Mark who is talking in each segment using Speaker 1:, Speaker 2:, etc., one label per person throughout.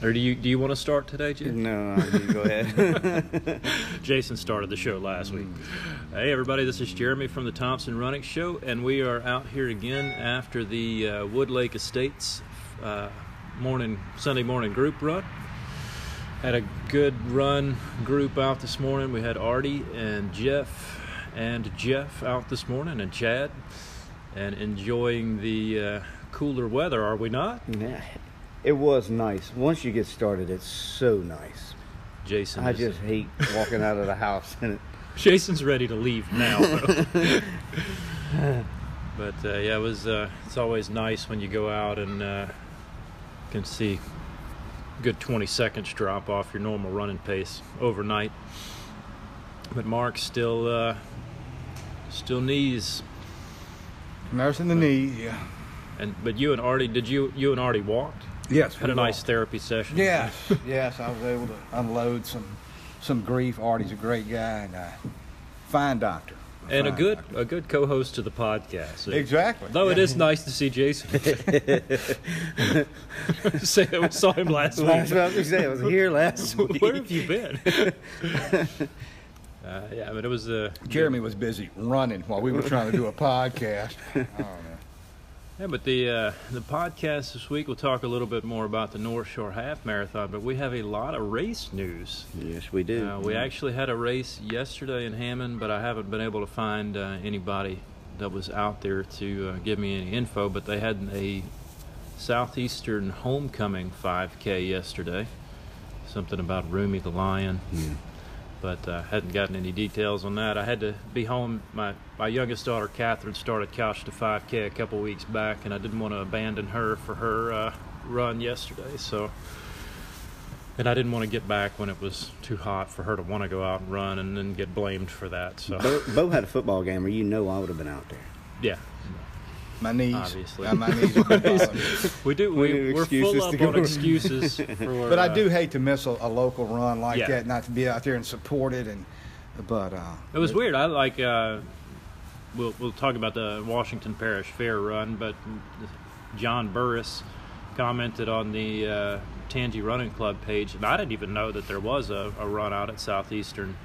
Speaker 1: Or do you do you want to start today, Jim?
Speaker 2: No, no, you go ahead.
Speaker 1: Mm-hmm. Jason started the show last week. Hey, everybody, this is Jeremy from the Thompson Running Show, and we are out here again after the uh, Wood Lake Estates uh, morning Sunday morning group run. Had a good run group out this morning. We had Artie and Jeff and Jeff out this morning, and Chad, and enjoying the uh, cooler weather. Are we not,
Speaker 2: Nah, it was nice. Once you get started, it's so nice.
Speaker 1: Jason?
Speaker 2: I
Speaker 1: is-
Speaker 2: just hate walking out of the house and it,
Speaker 1: Jason's ready to leave now. though. but uh, yeah, it was. Uh, it's always nice when you go out and uh, can see good 20 seconds drop off your normal running pace overnight. But Mark still uh, still knees.
Speaker 3: Nursing the knee, yeah.
Speaker 1: And but you and Artie, did you you and Artie walked?
Speaker 3: Yes.
Speaker 1: Had a nice therapy session.
Speaker 3: Yes, yes, I was able to unload some some grief. Artie's a great guy and a fine doctor.
Speaker 1: And a
Speaker 3: fine
Speaker 1: good
Speaker 3: doctor.
Speaker 1: a good co-host to the podcast.
Speaker 3: Exactly.
Speaker 1: Though it is nice to see Jason. Say, I saw him last
Speaker 2: last,
Speaker 1: week.
Speaker 2: I was gonna say, I was here last week.
Speaker 1: Where have you been? uh, yeah, but it was uh,
Speaker 3: Jeremy was busy running while we were trying to do a podcast. I don't know.
Speaker 1: Yeah, but the uh, the podcast this week we'll talk a little bit more about the North Shore Half Marathon. But we have a lot of race news.
Speaker 2: Yes, we do.
Speaker 1: Uh, we actually had a race yesterday in Hammond, but I haven't been able to find uh, anybody that was out there to uh, give me any info. But they had a southeastern homecoming 5K yesterday, something about Rumi the lion. But I uh, hadn't gotten any details on that. I had to be home. My my youngest daughter Catherine started Couch to 5K a couple weeks back, and I didn't want to abandon her for her uh, run yesterday. So. And I didn't want to get back when it was too hot for her to want to go out and run and then get blamed for that. So,
Speaker 2: Bo, Bo had a football game, or you know I would have been out there.
Speaker 1: yeah.
Speaker 3: My knees.
Speaker 1: Obviously.
Speaker 3: Uh, my knees. Are bothering me.
Speaker 1: We do, we,
Speaker 2: need
Speaker 1: we're
Speaker 2: excuses
Speaker 1: full
Speaker 2: to
Speaker 1: up
Speaker 2: go
Speaker 1: on
Speaker 2: run.
Speaker 1: excuses for.
Speaker 3: but I
Speaker 1: uh,
Speaker 3: do hate to miss a, a local run like
Speaker 1: Yeah.
Speaker 3: that, not to be out there and support it. And but uh,
Speaker 1: It was weird. I like. Uh, we'll we'll talk about the Washington Parish Fair run, but John Burris commented on the uh, Tangy Running Club page, and I didn't even know that there was a, a run out at Southeastern.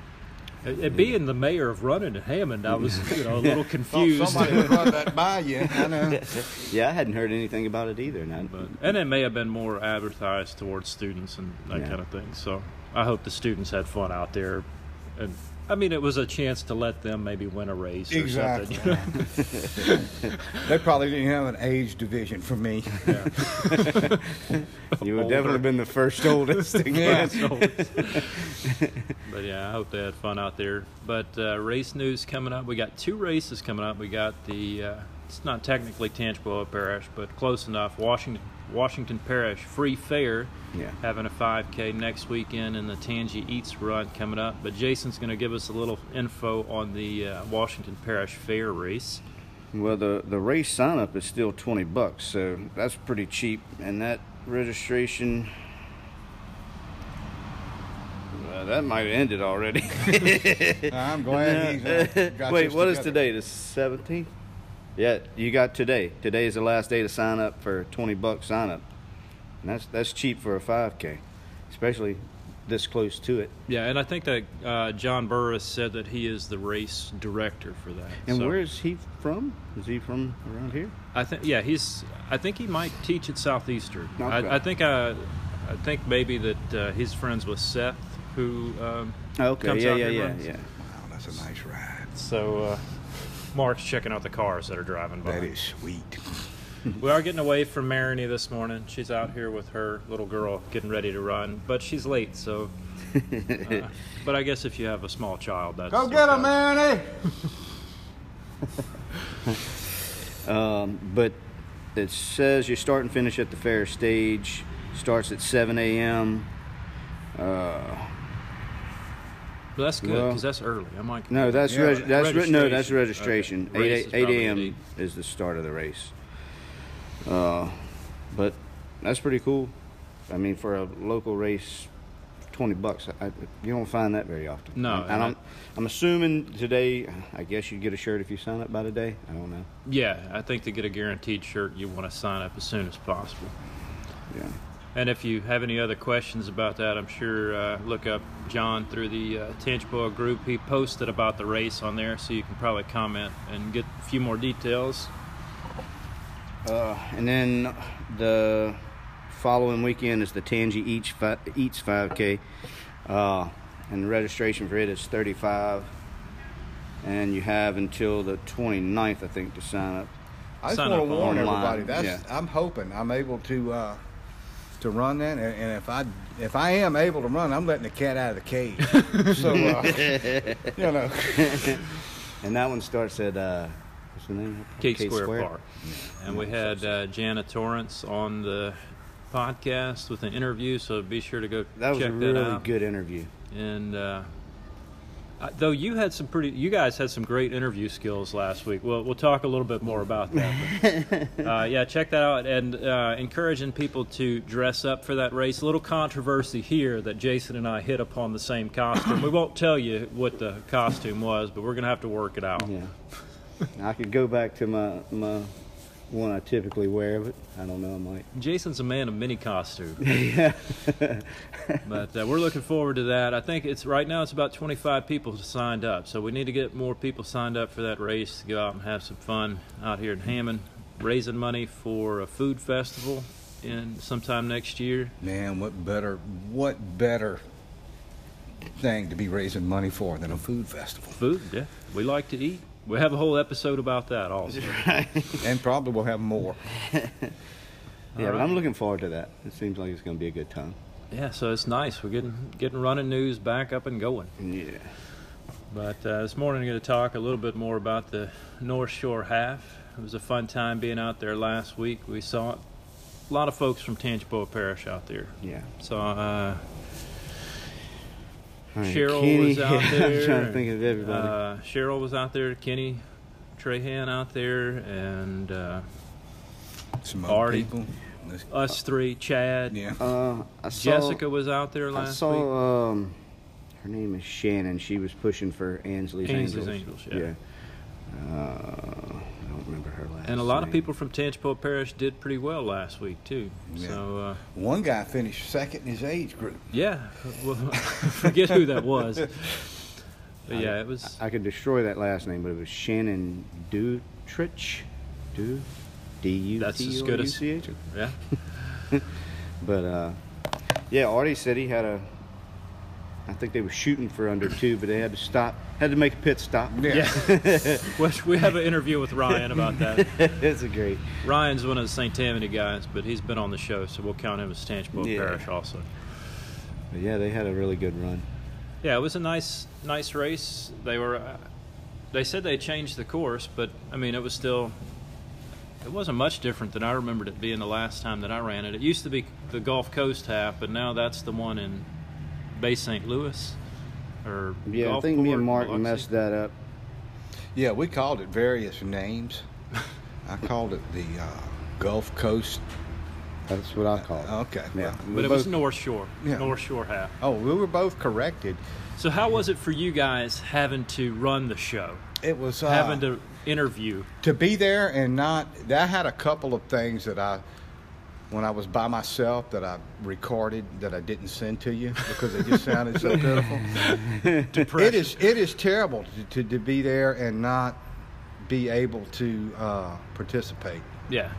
Speaker 1: And and being the mayor of running in Hammond, I was you know a little
Speaker 3: thought
Speaker 1: confused.
Speaker 3: somebody would run that by you. I know.
Speaker 2: Yeah, I hadn't heard anything about it either. And I,
Speaker 1: But and it may have been more advertised towards students and that
Speaker 2: Yeah.
Speaker 1: kind of thing. So I hope the students had fun out there, and I mean it was a chance to let them maybe win a race. Or
Speaker 3: Exactly.
Speaker 1: Something.
Speaker 3: they probably didn't have an age division for me.
Speaker 2: you would
Speaker 1: Older.
Speaker 2: definitely been the first oldest.
Speaker 3: Yeah.
Speaker 1: but yeah, I hope they had fun out there. But uh, race news coming up. We got two races coming up. We got the uh, it's not technically Tangipahoa Parish, but close enough. Washington Washington Parish Free Fair
Speaker 2: Yeah.
Speaker 1: having a 5K next weekend, and the Tangy Eats Run coming up. But Jason's going to give us a little info on the uh, Washington Parish Fair race.
Speaker 2: Well, the, the race sign up is still 20 bucks, so that's pretty cheap. And that registration, well, that might have ended already.
Speaker 3: I'm glad he's uh, got
Speaker 2: Wait,
Speaker 3: this
Speaker 2: what is today?
Speaker 3: together.
Speaker 2: The 17th? Yeah, you got today. Today is the last day to sign up for 20 bucks sign up. And that's, that's cheap for a 5K, especially this close to it.
Speaker 1: Yeah, and I think that uh, John Burris said that he is the race director for that.
Speaker 2: And
Speaker 1: So-
Speaker 2: where is he from? Is he from around here?
Speaker 1: I think yeah, he's. I think he might teach at Southeastern.
Speaker 2: Okay.
Speaker 1: I, I think uh, I think maybe that uh, he's friends with Seth, who um,
Speaker 2: Okay,
Speaker 1: comes
Speaker 2: yeah,
Speaker 1: out
Speaker 2: yeah,
Speaker 1: here
Speaker 2: yeah,
Speaker 1: runs.
Speaker 2: yeah.
Speaker 3: Wow, Oh, that's a nice ride.
Speaker 1: So uh, Mark's checking out the cars that are driving by.
Speaker 3: That is sweet.
Speaker 1: We are getting away from Marini this morning. She's out here with her little girl, getting ready to run, but she's late. So, uh, but I guess if you have a small child, that's
Speaker 3: Go get 'em,
Speaker 1: okay.
Speaker 3: Marinate!
Speaker 2: Um, but it says you start and finish at the fair stage. Starts at 7 a.m. Uh,
Speaker 1: But that's good
Speaker 2: Well-
Speaker 1: because that's early. I'm like,
Speaker 2: no, that's
Speaker 3: Yeah,
Speaker 2: reg- that's re- no,
Speaker 1: registration.
Speaker 2: that's registration.
Speaker 1: Okay. Race
Speaker 2: 8,
Speaker 1: is
Speaker 2: 8
Speaker 1: probably
Speaker 2: a.m.
Speaker 1: at eight.
Speaker 2: is the start of the race. Uh, but that's pretty cool. I mean, for a local race, 20 bucks. I, you don't find that very often.
Speaker 1: No,
Speaker 2: and,
Speaker 1: and
Speaker 2: I'm I'm assuming today. I guess you get a shirt if you sign up by today. I don't know.
Speaker 1: yeah, I think to get a guaranteed shirt, you want to sign up as soon as possible.
Speaker 2: Yeah.
Speaker 1: And if you have any other questions about that, I'm sure uh, look up John through the uh, Tangipahoa group. He posted about the race on there, so you can probably comment and get a few more details.
Speaker 2: Uh, and then the following weekend is the Tangy Eats, fi- Eats 5K. Uh, and the registration for it is 35 And you have until the 29th, I think, to sign up.
Speaker 3: I just
Speaker 1: Sign
Speaker 3: want to
Speaker 1: up
Speaker 3: warn
Speaker 2: online,
Speaker 3: everybody. That's I'm hoping I'm able to uh, to run that, and, and if I if I am able to run, I'm letting the cat out of the cage. so uh, you know,
Speaker 2: And that one starts at, uh, what's the name?
Speaker 1: Cake Square, Park. And we had uh, Jana Torrance on the podcast with an interview, so be sure to go
Speaker 2: That was
Speaker 1: check
Speaker 2: a really
Speaker 1: that out.
Speaker 2: good interview.
Speaker 1: And uh, I, though you had some pretty, you guys had some great interview skills last week. Well, we'll talk a little bit more about that. But, uh, yeah, check that out, and uh, encouraging people to dress up for that race. A little controversy here that Jason and I hit upon the same costume. we won't tell you what the costume was, but we're gonna have to work it out.
Speaker 2: Yeah. I could go back to my, my one I typically wear, but I don't know. I might.
Speaker 1: Jason's a man of many costumes. but uh, we're looking forward to that. I think it's right now it's about 25 people signed up, so we need to get more people signed up for that race to go out and have some fun out here in Hammond, raising money for a food festival in sometime next year.
Speaker 3: man, what better what better thing to be raising money for than a food festival?
Speaker 1: Food, yeah, we like to eat. We have a whole episode about that also.
Speaker 3: and probably we'll have more.
Speaker 2: Yeah,
Speaker 1: All
Speaker 2: but
Speaker 1: right.
Speaker 2: I'm looking forward to that. It seems like it's going to be a good time.
Speaker 1: Yeah, so it's nice. We're getting getting running news back up and going.
Speaker 2: Yeah.
Speaker 1: But uh, this morning, I'm going to talk a little bit more about the North Shore half. It was a fun time being out there last week. We saw a lot of folks from Tangipahoa Parish out there.
Speaker 2: Yeah.
Speaker 1: So, uh,
Speaker 2: All right,
Speaker 1: Cheryl
Speaker 2: Kenny.
Speaker 1: was out
Speaker 2: Yeah,
Speaker 1: there.
Speaker 2: I'm trying to think of everybody.
Speaker 1: Uh, Cheryl was out there, Kenny Trahan out there, and uh,
Speaker 3: Some other
Speaker 1: Already.
Speaker 3: people. Let's-
Speaker 1: us three, Chad.
Speaker 3: Yeah.
Speaker 2: Uh, I saw,
Speaker 1: Jessica was out there
Speaker 2: I
Speaker 1: last week.
Speaker 2: saw. Um, her name is Shannon. She was pushing for Ansley's
Speaker 1: Ansley's
Speaker 2: Angels.
Speaker 1: Angels, yeah.
Speaker 2: Yeah. Uh, I don't remember her last.
Speaker 1: And a lot of
Speaker 2: name.
Speaker 1: people from Tangipahoa Parish did pretty well last week, too.
Speaker 3: Yeah.
Speaker 1: So, uh,
Speaker 3: One guy finished second in his age group.
Speaker 1: Yeah, well, forget who that was. But yeah, it was.
Speaker 2: I could destroy that last name, but it was Shannon Dutrich. Du. D U
Speaker 1: That's
Speaker 2: T
Speaker 1: as
Speaker 2: O
Speaker 1: good
Speaker 2: U
Speaker 1: as-
Speaker 2: C H.
Speaker 1: Yeah,
Speaker 2: But uh, yeah, Artie said he had a. I think they were shooting for under two, but they had to stop. Had to make a pit stop.
Speaker 1: yeah. Which we have an interview with Ryan about that.
Speaker 2: it's a great.
Speaker 1: Ryan's one of the St. Tammany guys, but he's been on the show, so we'll count him as Tangipahoa
Speaker 2: Yeah.
Speaker 1: Parish also.
Speaker 2: But yeah, they had a really good run.
Speaker 1: Yeah, it was a nice, nice race. They were. Uh, they said they changed the course, but I mean, it was still. It wasn't much different than I remembered it being the last time that I ran it. It used to be the Gulf Coast half, but now that's the one in Bay St. Louis. Or
Speaker 2: Yeah, I
Speaker 1: Gulfport,
Speaker 2: think me and
Speaker 1: Biloxi.
Speaker 2: Martin messed that up.
Speaker 3: Yeah, we called it various names. I called it the uh, Gulf Coast.
Speaker 2: That's what I called. it.
Speaker 3: Okay.
Speaker 2: Yeah.
Speaker 3: well,
Speaker 1: But it was North Shore,
Speaker 3: Yeah.
Speaker 1: North Shore half.
Speaker 3: oh, we were both corrected.
Speaker 1: So how was it for you guys having to run the show,
Speaker 3: It was uh,
Speaker 1: having to interview?
Speaker 3: to be there and not i had a couple of things that i when i was by myself that i recorded that i didn't send to you because they just sounded so pitiful it is it is terrible to, to, to be there and not be able to uh, participate
Speaker 1: Yeah,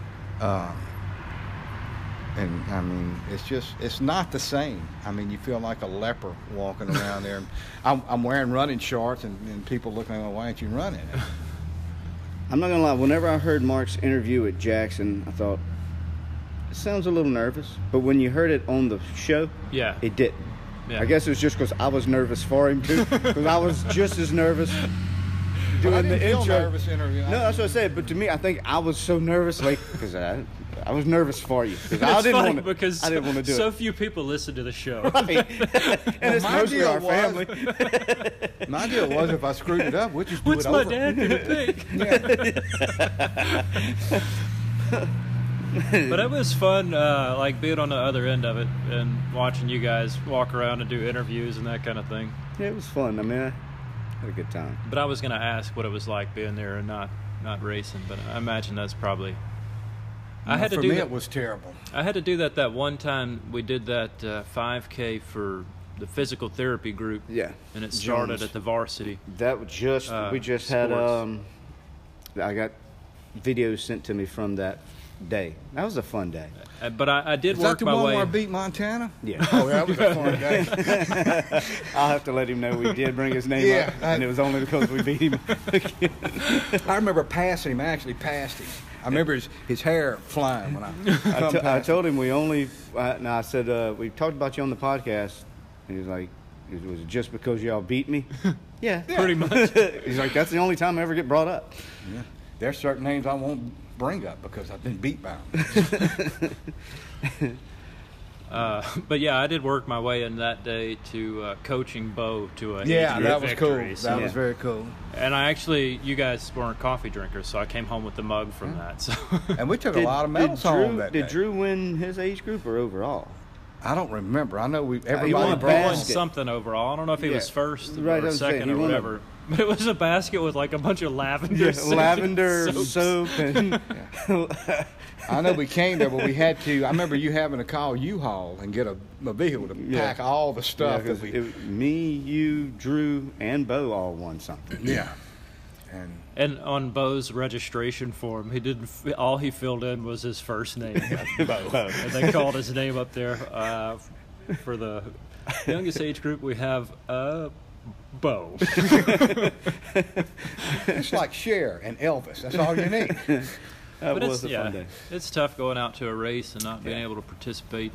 Speaker 3: and i mean it's just it's not the same i mean you feel like a leper walking around there I'm, I'm wearing running shorts and, and people looking at me why aren't you running
Speaker 2: I'm not gonna lie. Whenever I heard Mark's interview at Jackson, I thought it sounds a little nervous. But when you heard it on the show,
Speaker 1: yeah.
Speaker 2: it didn't.
Speaker 1: Yeah.
Speaker 2: I guess it was just because I was nervous for him too, because I was just as nervous doing
Speaker 3: I
Speaker 2: the
Speaker 3: didn't feel
Speaker 2: intro.
Speaker 3: nervous interviewing.
Speaker 2: No, that's what I said. But to me, I think I was so nervous, like because I, I was nervous for you because I
Speaker 1: It's
Speaker 2: didn't
Speaker 1: funny
Speaker 2: want to.
Speaker 1: because
Speaker 2: I didn't want to do
Speaker 1: so
Speaker 2: it.
Speaker 1: few people listen to the show.
Speaker 2: Right. and it's
Speaker 3: my
Speaker 2: mostly
Speaker 3: deal
Speaker 2: our
Speaker 3: was-
Speaker 2: family.
Speaker 3: my deal was if i screwed it up we'd just do
Speaker 1: What's
Speaker 3: it
Speaker 1: my
Speaker 3: over.
Speaker 1: dad gonna think? but it was fun, uh, like being on the other end of it and watching you guys walk around and do interviews and that kind of thing.
Speaker 2: Yeah, it was fun. I mean, I had a good time.
Speaker 1: But I was gonna ask what it was like being there and not not racing. But I imagine that's probably I had
Speaker 3: for
Speaker 1: to do
Speaker 3: me,
Speaker 1: that.
Speaker 3: it was terrible.
Speaker 1: I had to do that that one time we did that uh, 5K for the physical therapy group.
Speaker 2: Yeah.
Speaker 1: And it started
Speaker 2: Jones.
Speaker 1: at the varsity.
Speaker 2: That was just
Speaker 1: Uh,
Speaker 2: we just had
Speaker 1: sports.
Speaker 2: um, I got videos sent to me from that day. That was a fun day.
Speaker 1: Uh, but I, I did
Speaker 3: Is
Speaker 1: work
Speaker 3: that the
Speaker 1: my
Speaker 3: one
Speaker 1: way.
Speaker 3: where I beat Montana?
Speaker 2: Yeah.
Speaker 3: Oh, that was a fun day.
Speaker 2: I'll have to let him know we did bring his name
Speaker 3: Yeah,
Speaker 2: up,
Speaker 3: I-
Speaker 2: and it was only because we beat him.
Speaker 3: I remember passing him. I actually passed him. I remember his, his hair flying when I.
Speaker 2: I,
Speaker 3: come
Speaker 2: t- I
Speaker 3: past
Speaker 2: told him we only. I, no, I said uh, we talked about you on the podcast, and he was like, "Is- "Was it just because y'all beat me?" yeah,
Speaker 1: Pretty much.
Speaker 2: He's like, "That's the only time I ever get brought up."
Speaker 3: him. Yeah. There are certain names I won't bring up because I've been beat by them.
Speaker 1: Uh, but yeah, I did work my way in that day to uh, coaching Bo to a
Speaker 3: Yeah,
Speaker 1: age-group
Speaker 3: that was cool.
Speaker 1: victory,
Speaker 3: That
Speaker 1: so-
Speaker 2: Yeah.
Speaker 3: was very cool.
Speaker 1: And I actually, you guys weren't coffee drinkers, so I came home with the mug from that. So
Speaker 3: And we took a lot of medals
Speaker 2: did
Speaker 3: home
Speaker 2: Drew,
Speaker 3: that
Speaker 2: did
Speaker 3: day.
Speaker 2: Drew win his age group or overall?
Speaker 3: I don't remember. I know we everybody
Speaker 1: he won,
Speaker 2: won
Speaker 3: brought.
Speaker 1: he won
Speaker 2: basket.
Speaker 1: something overall. I don't know if he
Speaker 2: Yeah.
Speaker 1: was first
Speaker 2: Right,
Speaker 1: or
Speaker 2: I'm saying,
Speaker 1: second
Speaker 2: he
Speaker 1: or
Speaker 2: won a-
Speaker 1: whatever. But it was a basket with like a bunch of lavender, soap-
Speaker 2: lavender
Speaker 1: soaps.
Speaker 2: soap and
Speaker 3: I know we came there, but we had to. I remember you having to call U-Haul and get a, a vehicle to
Speaker 2: Yeah.
Speaker 3: pack all the stuff
Speaker 2: Yeah, 'cause
Speaker 3: that we.
Speaker 2: it- me, you, Drew, and Bo all won something.
Speaker 3: yeah. And
Speaker 1: And on Bo's registration form, he didn't. f- All he filled in was his first name,
Speaker 2: Bo.
Speaker 1: and they called his name up there uh, for the youngest age group. We have uh, Bo.
Speaker 3: it's like Cher and Elvis. That's all you need.
Speaker 2: That
Speaker 1: it's-
Speaker 2: was a fun day.
Speaker 1: It's tough going out to a race and not being
Speaker 2: Yeah.
Speaker 1: able to participate.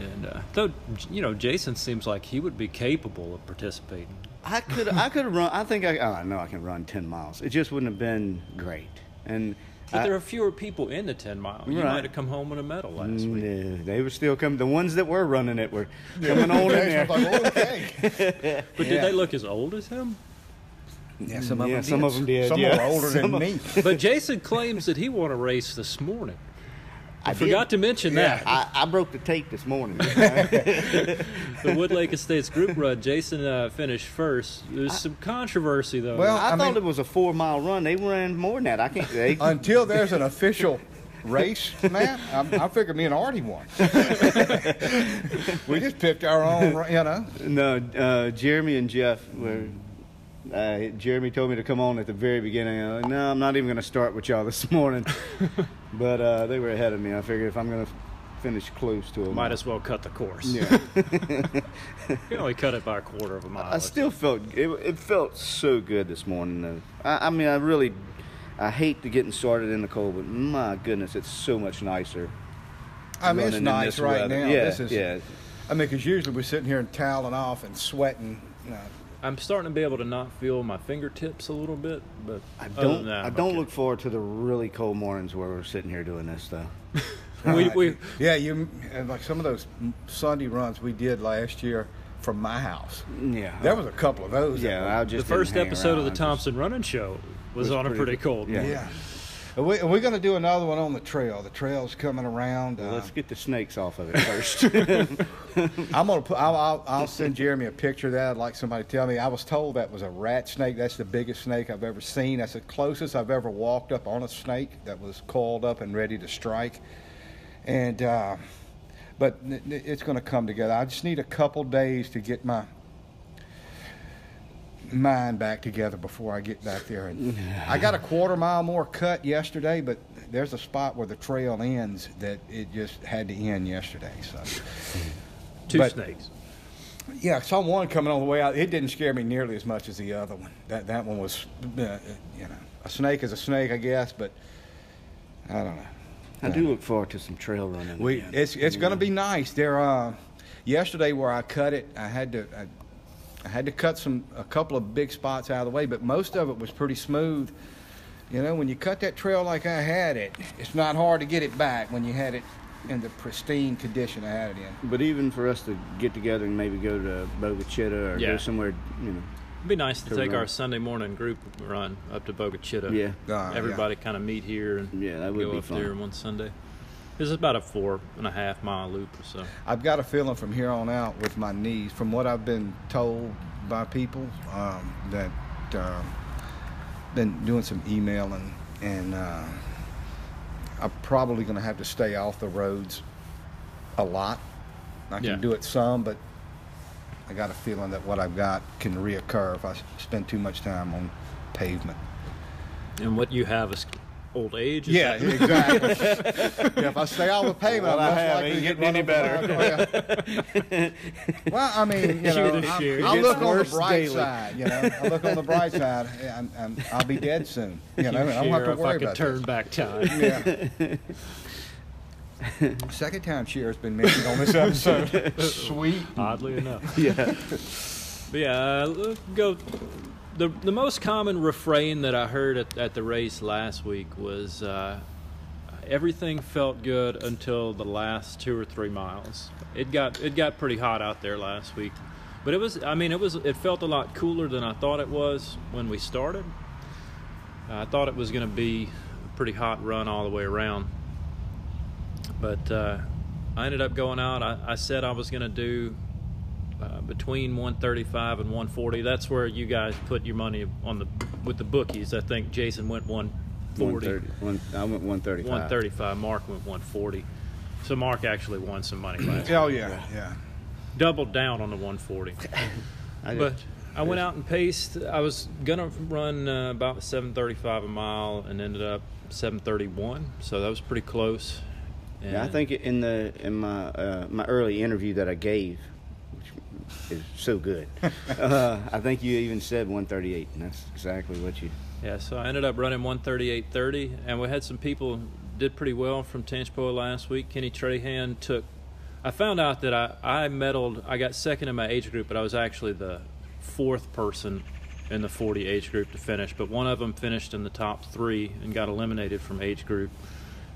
Speaker 1: And uh, though you know, Jason seems like he would be capable of participating.
Speaker 2: I could I could run. I think I. Oh, I know I can run ten miles. It just wouldn't have been great. And
Speaker 1: But
Speaker 2: I-
Speaker 1: there are fewer people in the ten mile. You
Speaker 2: Right. Mm.
Speaker 1: might have come home with a medal last week.
Speaker 2: no, they were still coming. The ones that were running it were coming on in there.
Speaker 3: okay.
Speaker 1: But did
Speaker 3: Yeah.
Speaker 1: they look as old as him?
Speaker 3: Yeah, some of
Speaker 2: Yeah,
Speaker 3: them
Speaker 2: some
Speaker 3: did.
Speaker 2: of them did,
Speaker 3: Some
Speaker 2: yeah.
Speaker 3: were older
Speaker 2: Some
Speaker 3: than
Speaker 2: of-
Speaker 3: me.
Speaker 1: But Jason claims that he won a race this morning. I,
Speaker 2: did.
Speaker 1: forgot to mention
Speaker 3: Yeah.
Speaker 1: that.
Speaker 2: I, I broke the tape this morning.
Speaker 1: The Woodlake Estates group run, Jason uh, finished first. There's some controversy, though.
Speaker 3: Well,
Speaker 2: I,
Speaker 3: I
Speaker 2: thought it
Speaker 3: mean-
Speaker 2: was a four mile run. They ran more than that. I can't. They,
Speaker 3: Until there's an official race map, I, I figure me and Artie won. we just picked our own, you know.
Speaker 2: No, uh, Jeremy and Jeff were. Uh, Jeremy told me to come on at the very beginning. I was like, no, I'm not even going to start with y'all this morning. but uh, they were ahead of me. I figured if I'm going to finish close to them,
Speaker 1: might as well cut the course.
Speaker 2: Yeah.
Speaker 1: you can only cut it by a quarter of a mile.
Speaker 2: I still felt it, it felt so good this morning. Though. I, I mean, I really, I hate to getting started in the cold, but my goodness, it's so much nicer.
Speaker 3: I mean, it's
Speaker 2: running in
Speaker 3: nice
Speaker 2: this
Speaker 3: right
Speaker 2: weather.
Speaker 3: now.
Speaker 2: Yeah,
Speaker 3: this is,
Speaker 2: yeah.
Speaker 3: I mean, because usually we're sitting here and toweling off and sweating. You know.
Speaker 1: I'm starting to be able to not feel my fingertips a little bit, but
Speaker 2: I
Speaker 3: Oh,
Speaker 1: other
Speaker 2: don't.
Speaker 1: than that,
Speaker 2: I
Speaker 1: I'm
Speaker 2: don't
Speaker 1: okay.
Speaker 2: look forward to the really cold mornings where we're sitting here doing this though.
Speaker 1: We,
Speaker 3: Right.
Speaker 1: we,
Speaker 3: yeah, you and like some of those Sunday runs we did last year from my house.
Speaker 2: Yeah.
Speaker 3: There was a couple of those. that were-
Speaker 2: yeah. I
Speaker 1: the
Speaker 2: just didn't
Speaker 1: first
Speaker 2: hang
Speaker 1: episode of the
Speaker 2: around. I just-
Speaker 1: Thompson Running Show was,
Speaker 2: was
Speaker 1: on a
Speaker 2: pretty-
Speaker 1: pretty cold.
Speaker 2: yeah.
Speaker 1: morning.
Speaker 3: Yeah. Are we, are we going to do another one on the trail? The trail's coming around. Uh,
Speaker 2: Let's get the snakes off of it first.
Speaker 3: I'm gonna put. I'll, I'll, I'll send Jeremy a picture of that. I'd like somebody to tell me. I was told that was a rat snake. That's the biggest snake I've ever seen. That's the closest I've ever walked up on a snake that was coiled up and ready to strike. And uh, but n- n- it's going to come together. I just need a couple days to get my mind back together before I get back there. And I got a quarter mile more cut yesterday, but there's a spot where the trail ends that it just had to end yesterday. So.
Speaker 1: Two
Speaker 3: But-
Speaker 1: snakes.
Speaker 3: Yeah, I saw one coming on the way out. It didn't scare me nearly as much as the other one. That that one was, uh, uh, you know, a snake is a snake, I guess. But I don't know.
Speaker 2: I do look forward to some trail running.
Speaker 3: We
Speaker 2: again.
Speaker 3: it's it's going to be nice. There, uh, yesterday where I cut it, I had to I, I had to cut some a couple of big spots out of the way, but most of it was pretty smooth. You know, when you cut that trail like I had it, it's not hard to get it back when you had it in the pristine condition I had it in.
Speaker 2: But even for us to get together and maybe go to Bogachita or
Speaker 1: Yeah.
Speaker 2: go somewhere, you know.
Speaker 1: It'd be nice to
Speaker 2: To
Speaker 1: take
Speaker 2: run.
Speaker 1: our Sunday morning group run up to Bogachita.
Speaker 2: Yeah.
Speaker 3: Ah, yeah.
Speaker 1: Everybody kind of meet here and
Speaker 2: Yeah, that would
Speaker 1: go
Speaker 2: be
Speaker 1: up
Speaker 2: fun.
Speaker 1: there one Sunday. This is about a four and a half mile loop or so.
Speaker 3: I've got a feeling from here on out with my knees, from what I've been told by people um, that um, been doing some emailing and uh, I'm probably going to have to stay off the roads a lot. I can
Speaker 1: Yeah.
Speaker 3: do it some, but I got a feeling that what I've got can reoccur if I s- spend too much time on pavement.
Speaker 1: And what you have is old age. is
Speaker 3: Yeah,
Speaker 1: that-
Speaker 3: exactly. yeah, if I stay out with pavement,
Speaker 2: What I
Speaker 3: I'm less
Speaker 2: have
Speaker 3: likely to
Speaker 2: ain't
Speaker 3: get
Speaker 2: getting
Speaker 3: run over by a car. well, I mean, you know,
Speaker 1: Shoot a shoot.
Speaker 3: I,
Speaker 1: It
Speaker 3: I
Speaker 2: gets
Speaker 3: look on the
Speaker 2: worse
Speaker 3: bright
Speaker 2: daily.
Speaker 3: side. You know, I look on the bright side, and, and I'll be dead soon. You know, and I don't have
Speaker 1: Sheriff,
Speaker 3: to
Speaker 1: if
Speaker 3: worry
Speaker 1: I could
Speaker 3: about
Speaker 1: turn
Speaker 3: this.
Speaker 1: back time.
Speaker 3: Yeah. Second time Cher's been mentioned on this episode. Sweet.
Speaker 1: Oddly enough.
Speaker 2: Yeah.
Speaker 1: But yeah, uh, let's go. The, the most common refrain that I heard at, at the race last week was uh, everything felt good until the last two or three miles. It got it got pretty hot out there last week, but it was I mean it was it felt a lot cooler than I thought it was when we started. I thought it was going to be a pretty hot run all the way around, but uh, I ended up going out. I, I said I was going to do uh, between 135 and 140. That's where you guys put your money on the with the bookies. I think Jason went 140.
Speaker 2: 130. One, I went 135.
Speaker 1: 135. Mark went 140. So Mark actually won some money last
Speaker 3: Hell yeah, yeah.
Speaker 1: Doubled down on the 140.
Speaker 2: I
Speaker 1: But
Speaker 2: just,
Speaker 1: I went out and paced. I was gonna run uh, about 7:35 a mile and ended up 7:31. So that was pretty close. And
Speaker 2: yeah, I think in the in my uh, my early interview that I gave, which is so good. uh, I think you even said 138, and that's exactly what you.
Speaker 1: Yeah, so I ended up running 138.30, and we had some people did pretty well from Tanchpoa last week. Kenny Trahan took. I found out that I I medaled. I got second in my age group, but I was actually the fourth person in the 40 age group to finish. But one of them finished in the top three and got eliminated from age group,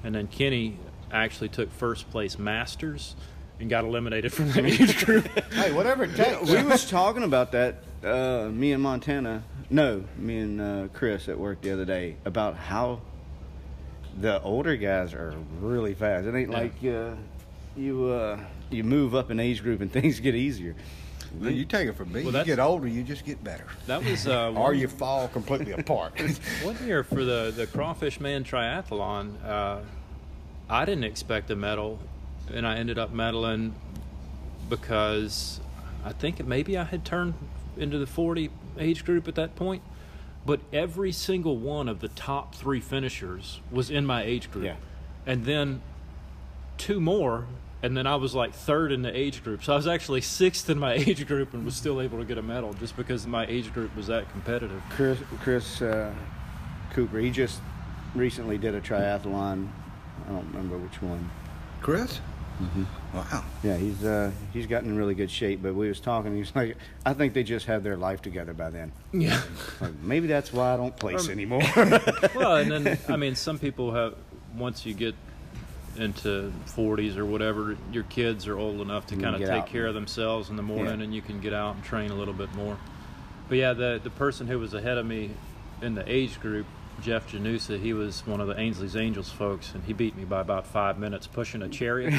Speaker 1: and then Kenny actually took first place masters and got eliminated from the age group.
Speaker 3: Hey, whatever it takes.
Speaker 2: we was talking about that uh, me and montana no me and uh, chris at work the other day about how the older guys are really fast it ain't
Speaker 1: Yeah.
Speaker 2: like uh, you uh, you move up in age group and things get easier
Speaker 3: Well, you take it from me.
Speaker 1: Well,
Speaker 3: you
Speaker 1: that's-
Speaker 3: get older, you just get better.
Speaker 1: That was uh,
Speaker 3: Or
Speaker 1: one-
Speaker 3: you fall completely apart.
Speaker 1: One year for the, the Crawfish Man Triathlon, uh, I didn't expect a medal, and I ended up medaling because I think maybe I had turned into the 40 age group at that point. But every single one of the top three finishers was in my age group.
Speaker 2: Yeah.
Speaker 1: And then two more, and then I was like third in the age group. So I was actually sixth in my age group and was still able to get a medal just because my age group was that competitive.
Speaker 2: chris chris uh, cooper he just recently did a triathlon i don't remember which one
Speaker 3: Chris? Wow.
Speaker 2: yeah he's uh, he's gotten in really good shape but we was talking he was like i think they just had their life together by then
Speaker 1: Yeah.
Speaker 2: Like, maybe that's why i don't place
Speaker 1: Um,
Speaker 2: anymore
Speaker 1: well, and then I mean, some people have once you get into 40s or whatever, your kids are old enough to
Speaker 2: You can
Speaker 1: kind of
Speaker 2: get
Speaker 1: take
Speaker 2: out.
Speaker 1: care of themselves in the morning,
Speaker 2: Yeah.
Speaker 1: and you can get out and train a little bit more. But yeah, the the person who was ahead of me in the age group, Jeff Janusa, he was one of the Ainsley's Angels folks, and he beat me by about five minutes pushing a chariot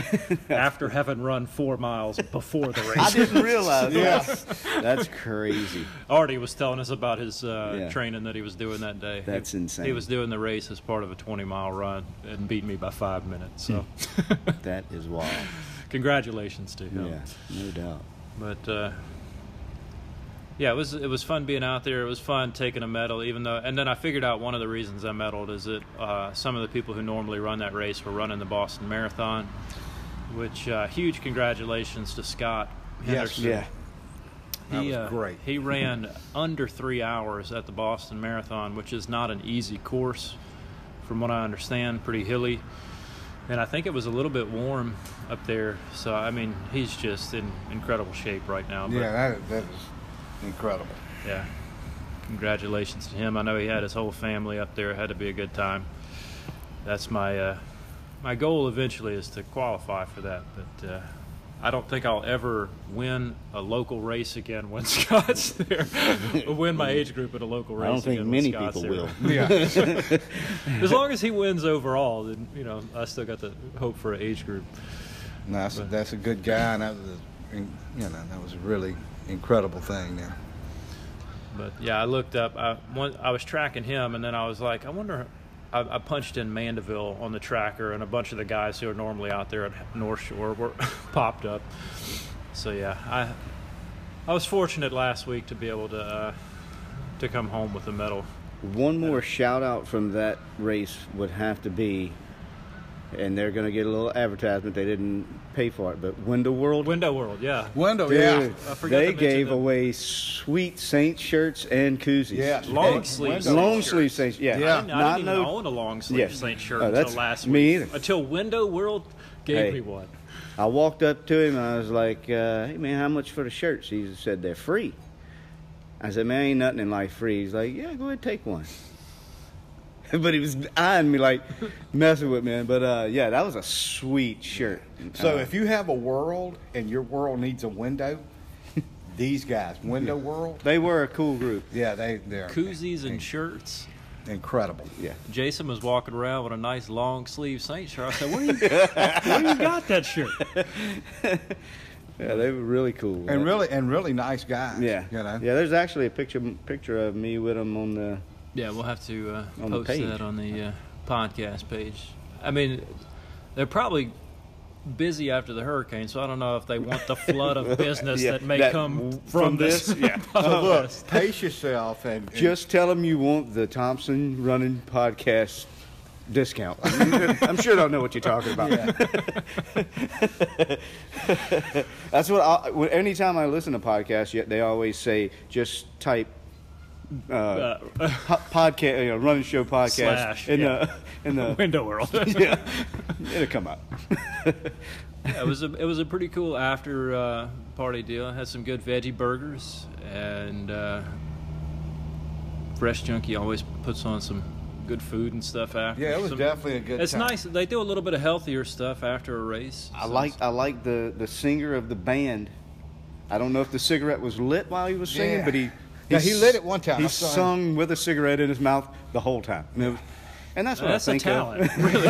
Speaker 1: after having run four miles before the
Speaker 2: I
Speaker 1: race.
Speaker 2: didn't realize. That's crazy.
Speaker 1: Artie was telling us about his uh,
Speaker 2: Yeah.
Speaker 1: training that he was doing that day.
Speaker 2: That's
Speaker 1: He-
Speaker 2: insane.
Speaker 1: He was doing the race as part of a 20 mile run and beat me by five minutes. So,
Speaker 2: Hmm. That is wild.
Speaker 1: congratulations to him.
Speaker 2: Yeah, no doubt.
Speaker 1: But uh, yeah, it was it was fun being out there. It was fun taking a medal, even though. And then I figured out one of the reasons I medaled is that uh, some of the people who normally run that race were running the Boston Marathon, which uh, huge congratulations to Scott.
Speaker 3: Yes.
Speaker 1: Henderson.
Speaker 2: Yeah.
Speaker 3: That
Speaker 1: He,
Speaker 3: was
Speaker 1: uh,
Speaker 3: great.
Speaker 1: He ran under three hours at the Boston Marathon, which is not an easy course, from what I understand, pretty hilly. And I think it was a little bit warm up there. So, I mean, he's just in incredible shape right now. But,
Speaker 3: Yeah, that, that is incredible.
Speaker 1: yeah. Congratulations to him. I know he had his whole family up there. It had to be a good time. That's my uh, my goal eventually is to qualify for that, but uh, I don't think I'll ever win a local race again when Scott's there. or win my age group at a local race.
Speaker 2: I don't think
Speaker 1: again when
Speaker 2: many
Speaker 1: Scott's
Speaker 2: people
Speaker 1: there.
Speaker 2: will.
Speaker 3: Yeah.
Speaker 1: As long as he wins overall, then you know I still got the hope for an age group.
Speaker 3: No, that's, that's a good guy, and that was, a, you know, that was a really incredible thing there.
Speaker 1: But yeah, I looked up. I one, I was tracking him, and then I was like, I wonder I, I punched in Mandeville on the tracker, and a bunch of the guys who are normally out there at North Shore were popped up. So yeah, I I was fortunate last week to be able to uh, to come home with a medal.
Speaker 2: One more shout out from that race would have to be, and they're going to get a little advertisement. They didn't pay for it, but Window World.
Speaker 1: Window World, yeah.
Speaker 3: Window,
Speaker 2: Dude,
Speaker 3: Oh, yeah.
Speaker 1: I forgot to
Speaker 2: they
Speaker 1: mention
Speaker 2: gave
Speaker 1: them.
Speaker 2: away sweet Saint shirts and koozies.
Speaker 3: Yeah.
Speaker 1: Long
Speaker 3: Hey,
Speaker 1: sleeves.
Speaker 3: Window.
Speaker 2: Long sleeve Saints, yeah.
Speaker 3: Yeah.
Speaker 1: I didn't, I
Speaker 2: Not
Speaker 1: didn't even
Speaker 2: no-
Speaker 1: own a long sleeve
Speaker 2: Yes.
Speaker 1: Saint shirt
Speaker 2: Oh,
Speaker 1: until
Speaker 2: that's
Speaker 1: last
Speaker 2: me
Speaker 1: week.
Speaker 2: either.
Speaker 1: Until Window World gave
Speaker 2: Hey.
Speaker 1: me one.
Speaker 2: I walked up to him and I was like, uh, "Hey man, how much for the shirts?" He said, "They're free." I said, "Man, ain't nothing in life free." He's like, "Yeah, go ahead, take one." but he was eyeing me like messing with me. But uh, yeah, that was a sweet shirt.
Speaker 3: So
Speaker 2: Uh,
Speaker 3: if you have a world and your world needs a window, these guys, Window World,
Speaker 2: they were a cool group.
Speaker 3: yeah, they they're
Speaker 1: Koozies and shirts.
Speaker 3: incredible.
Speaker 2: Yeah.
Speaker 1: Jason was walking around with a nice long sleeve Saint shirt. I said, "Where you, where you got that shirt?"
Speaker 2: Yeah, they were really cool.
Speaker 3: And really and really nice guys.
Speaker 2: yeah,
Speaker 3: You know.
Speaker 2: yeah. There's actually a picture picture of me with them on the.
Speaker 1: Yeah, we'll have to uh,
Speaker 2: On the
Speaker 1: post
Speaker 2: page.
Speaker 1: that on the uh, podcast page. I mean, they're probably busy after the hurricane, so I don't know if they want the flood of business
Speaker 2: Yeah,
Speaker 1: that may
Speaker 2: that-
Speaker 1: come
Speaker 2: from
Speaker 1: from, this.
Speaker 2: this, yeah.
Speaker 3: So look,
Speaker 1: podcast.
Speaker 3: pace yourself and, and
Speaker 2: Just tell them you want the Thompson Running Podcast discount. I'm sure they'll know what you're talking about. That's what. I, when- anytime I listen to podcasts, yet they always say just type uh,
Speaker 1: Uh,
Speaker 2: podcast, you know, running show podcast
Speaker 1: Slash,
Speaker 2: in
Speaker 1: yeah.
Speaker 2: the in the
Speaker 1: Window World.
Speaker 2: yeah, it'll come out.
Speaker 1: Yeah, it was a it was a pretty cool after uh, party deal. I had some good veggie burgers and uh, Fresh Junkie always puts on some good food and stuff after.
Speaker 3: Yeah, it was
Speaker 1: Some-
Speaker 3: definitely a good
Speaker 1: It's
Speaker 3: time.
Speaker 1: nice. They do a little bit of healthier stuff after a race.
Speaker 2: I
Speaker 1: So
Speaker 2: like I like the the singer of the band. I don't know if the cigarette was lit while he was singing,
Speaker 3: Yeah.
Speaker 2: but he
Speaker 3: Yeah, he lit
Speaker 2: it
Speaker 3: it one time.
Speaker 2: He
Speaker 3: I saw him.
Speaker 2: sung with a cigarette in his mouth the whole time, and, it was- and that's what
Speaker 1: That's
Speaker 2: I
Speaker 1: a
Speaker 2: think
Speaker 1: talent.
Speaker 2: of.
Speaker 1: really.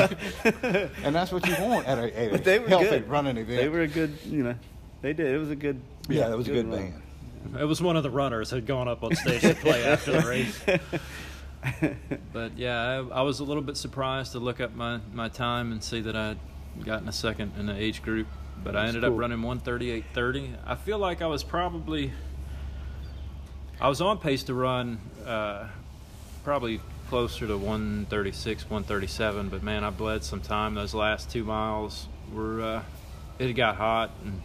Speaker 3: and that's what you want at a, at a
Speaker 2: But they were
Speaker 3: healthy
Speaker 2: good.
Speaker 3: running event.
Speaker 2: They were a good, you know, they did. It was a good.
Speaker 3: yeah, that was a good
Speaker 2: run.
Speaker 3: band.
Speaker 1: it was one of the runners had gone up on stage to play after the race. But yeah, I, I was a little bit surprised to look up my, my time and see that I would gotten a second in the age group. But I
Speaker 2: That's
Speaker 1: ended
Speaker 2: cool.
Speaker 1: up running 138.30. I feel like I was probably I was on pace to run uh, probably closer to 136, 137, but man, I bled some time. Those last two miles were, uh, it got hot. And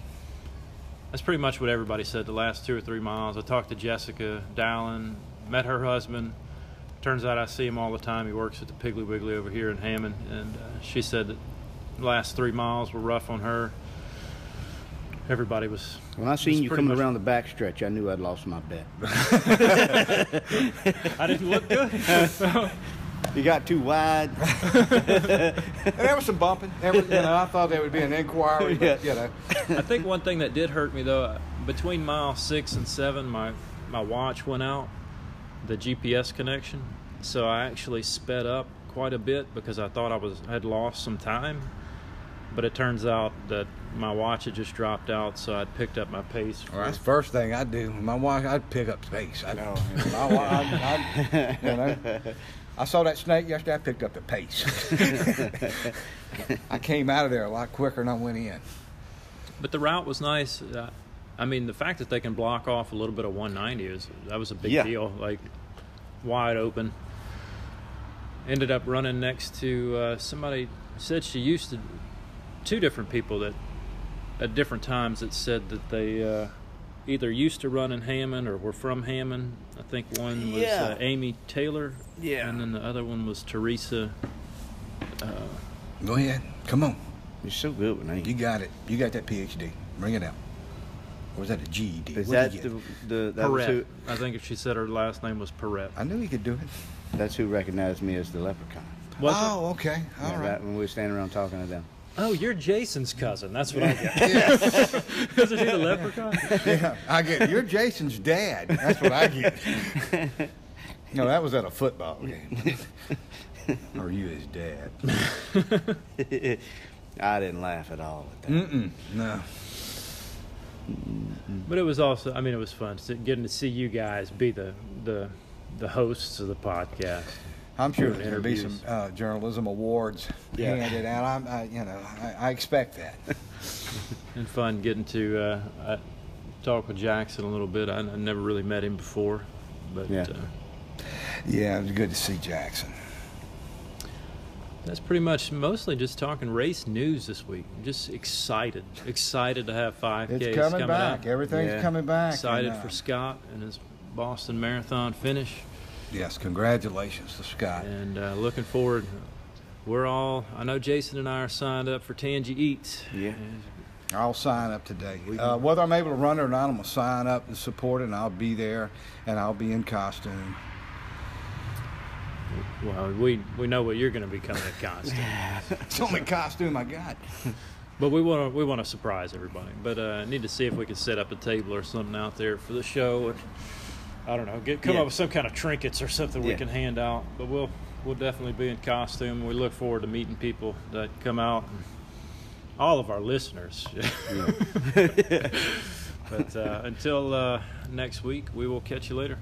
Speaker 1: that's pretty much what everybody said the last two or three miles. I talked to Jessica Dowlin, met her husband. Turns out I see him all the time. He works at the Piggly Wiggly over here in Hammond. And uh, she said that the last three miles were rough on her. Everybody was.
Speaker 2: When I seen
Speaker 1: was
Speaker 2: you
Speaker 1: pretty
Speaker 2: coming
Speaker 1: much-
Speaker 2: around the back stretch, I knew I'd lost my bet.
Speaker 1: I didn't look good.
Speaker 2: You got too wide.
Speaker 3: And there was some bumping. There was, you know, I thought there would be an inquiry, but, you know.
Speaker 1: I think one thing that did hurt me though, between mile six and seven, my my watch went out, the GPS connection, so I actually sped up quite a bit because I thought I was had lost some time, but it turns out that my watch had just dropped out, so I picked up my pace. for-
Speaker 3: That's the first thing I'd do. My wife, I'd pick up pace. I know. My wife, I'd, I'd, you know. I saw that snake yesterday. I picked up the pace. I came out of there a lot quicker than I went in.
Speaker 1: But the route was nice. Uh, I mean, the fact that they can block off a little bit of 190 is that was a big
Speaker 2: Yeah.
Speaker 1: deal. Like wide open. Ended up running next to uh, somebody said she used to two different people that at different times that said that they uh, either used to run in Hammond or were from Hammond. I think one was
Speaker 2: Yeah.
Speaker 1: uh, Amy Taylor.
Speaker 2: Yeah.
Speaker 1: And then the other one was Teresa.
Speaker 3: Go ahead. Come on.
Speaker 2: You're so good with
Speaker 3: You
Speaker 2: names.
Speaker 3: got it. You got that PhD. Bring it out. Or was that a E GED?
Speaker 2: Is
Speaker 3: What'd
Speaker 2: that
Speaker 3: he get?
Speaker 2: the, the that was
Speaker 1: Perret.
Speaker 2: who?
Speaker 1: I think she said her last name was Perret.
Speaker 3: I knew he could do it.
Speaker 2: That's who recognized me as the leprechaun.
Speaker 1: Was it?
Speaker 3: oh, okay. All
Speaker 2: yeah,
Speaker 3: right.
Speaker 2: that, when we were standing around talking to them.
Speaker 1: Oh, you're Jason's cousin. That's what I get. Isn't he the leprechaun?
Speaker 3: Yeah, I get it. You're Jason's dad. That's what I get. No, that was at a football game. or you his dad.
Speaker 2: I didn't laugh at all at that.
Speaker 3: Mm-mm. No.
Speaker 1: But it was also, I mean, it was fun to- getting to see you guys be the the the hosts of the podcast.
Speaker 3: I'm sure there's going to be some
Speaker 1: Interviews.
Speaker 3: uh, journalism awards
Speaker 2: Yeah.
Speaker 3: handed out. I'm, I, you know, I, I expect that.
Speaker 1: And fun getting to uh, uh, talk with Jackson a little bit. I, I never really met him before, but
Speaker 2: Yeah.
Speaker 1: uh,
Speaker 3: yeah, it was good to see Jackson.
Speaker 1: That's pretty much mostly just talking race news this week. I'm just excited, excited to have 5Ks
Speaker 3: It's coming, back.
Speaker 1: up.
Speaker 3: Everything's
Speaker 2: Yeah.
Speaker 3: coming back.
Speaker 1: Excited
Speaker 3: and, uh,
Speaker 1: for Scott and his Boston Marathon finish,
Speaker 3: Yes, congratulations to Scott.
Speaker 1: and uh, looking forward. We're all. I know Jason and I are signed up for Tangy Eats.
Speaker 2: Yeah.
Speaker 1: And
Speaker 3: I'll sign up today. Uh, whether I'm able to run or not, I'm gonna sign up and support, it, and I'll be there, and I'll be in costume.
Speaker 1: Well, we we know what you're going to become at constant,
Speaker 3: It's the only costume I got.
Speaker 1: but we want to we want to surprise everybody. But uh, need to see if we can set up a table or something out there for the show, and I don't know, get come
Speaker 2: Yeah.
Speaker 1: up with some kind of trinkets or something we
Speaker 2: Yeah.
Speaker 1: can hand out. But we'll we'll definitely be in costume. We look forward to meeting people that come out. and All of our listeners. but uh, until uh, next week, we will catch you later.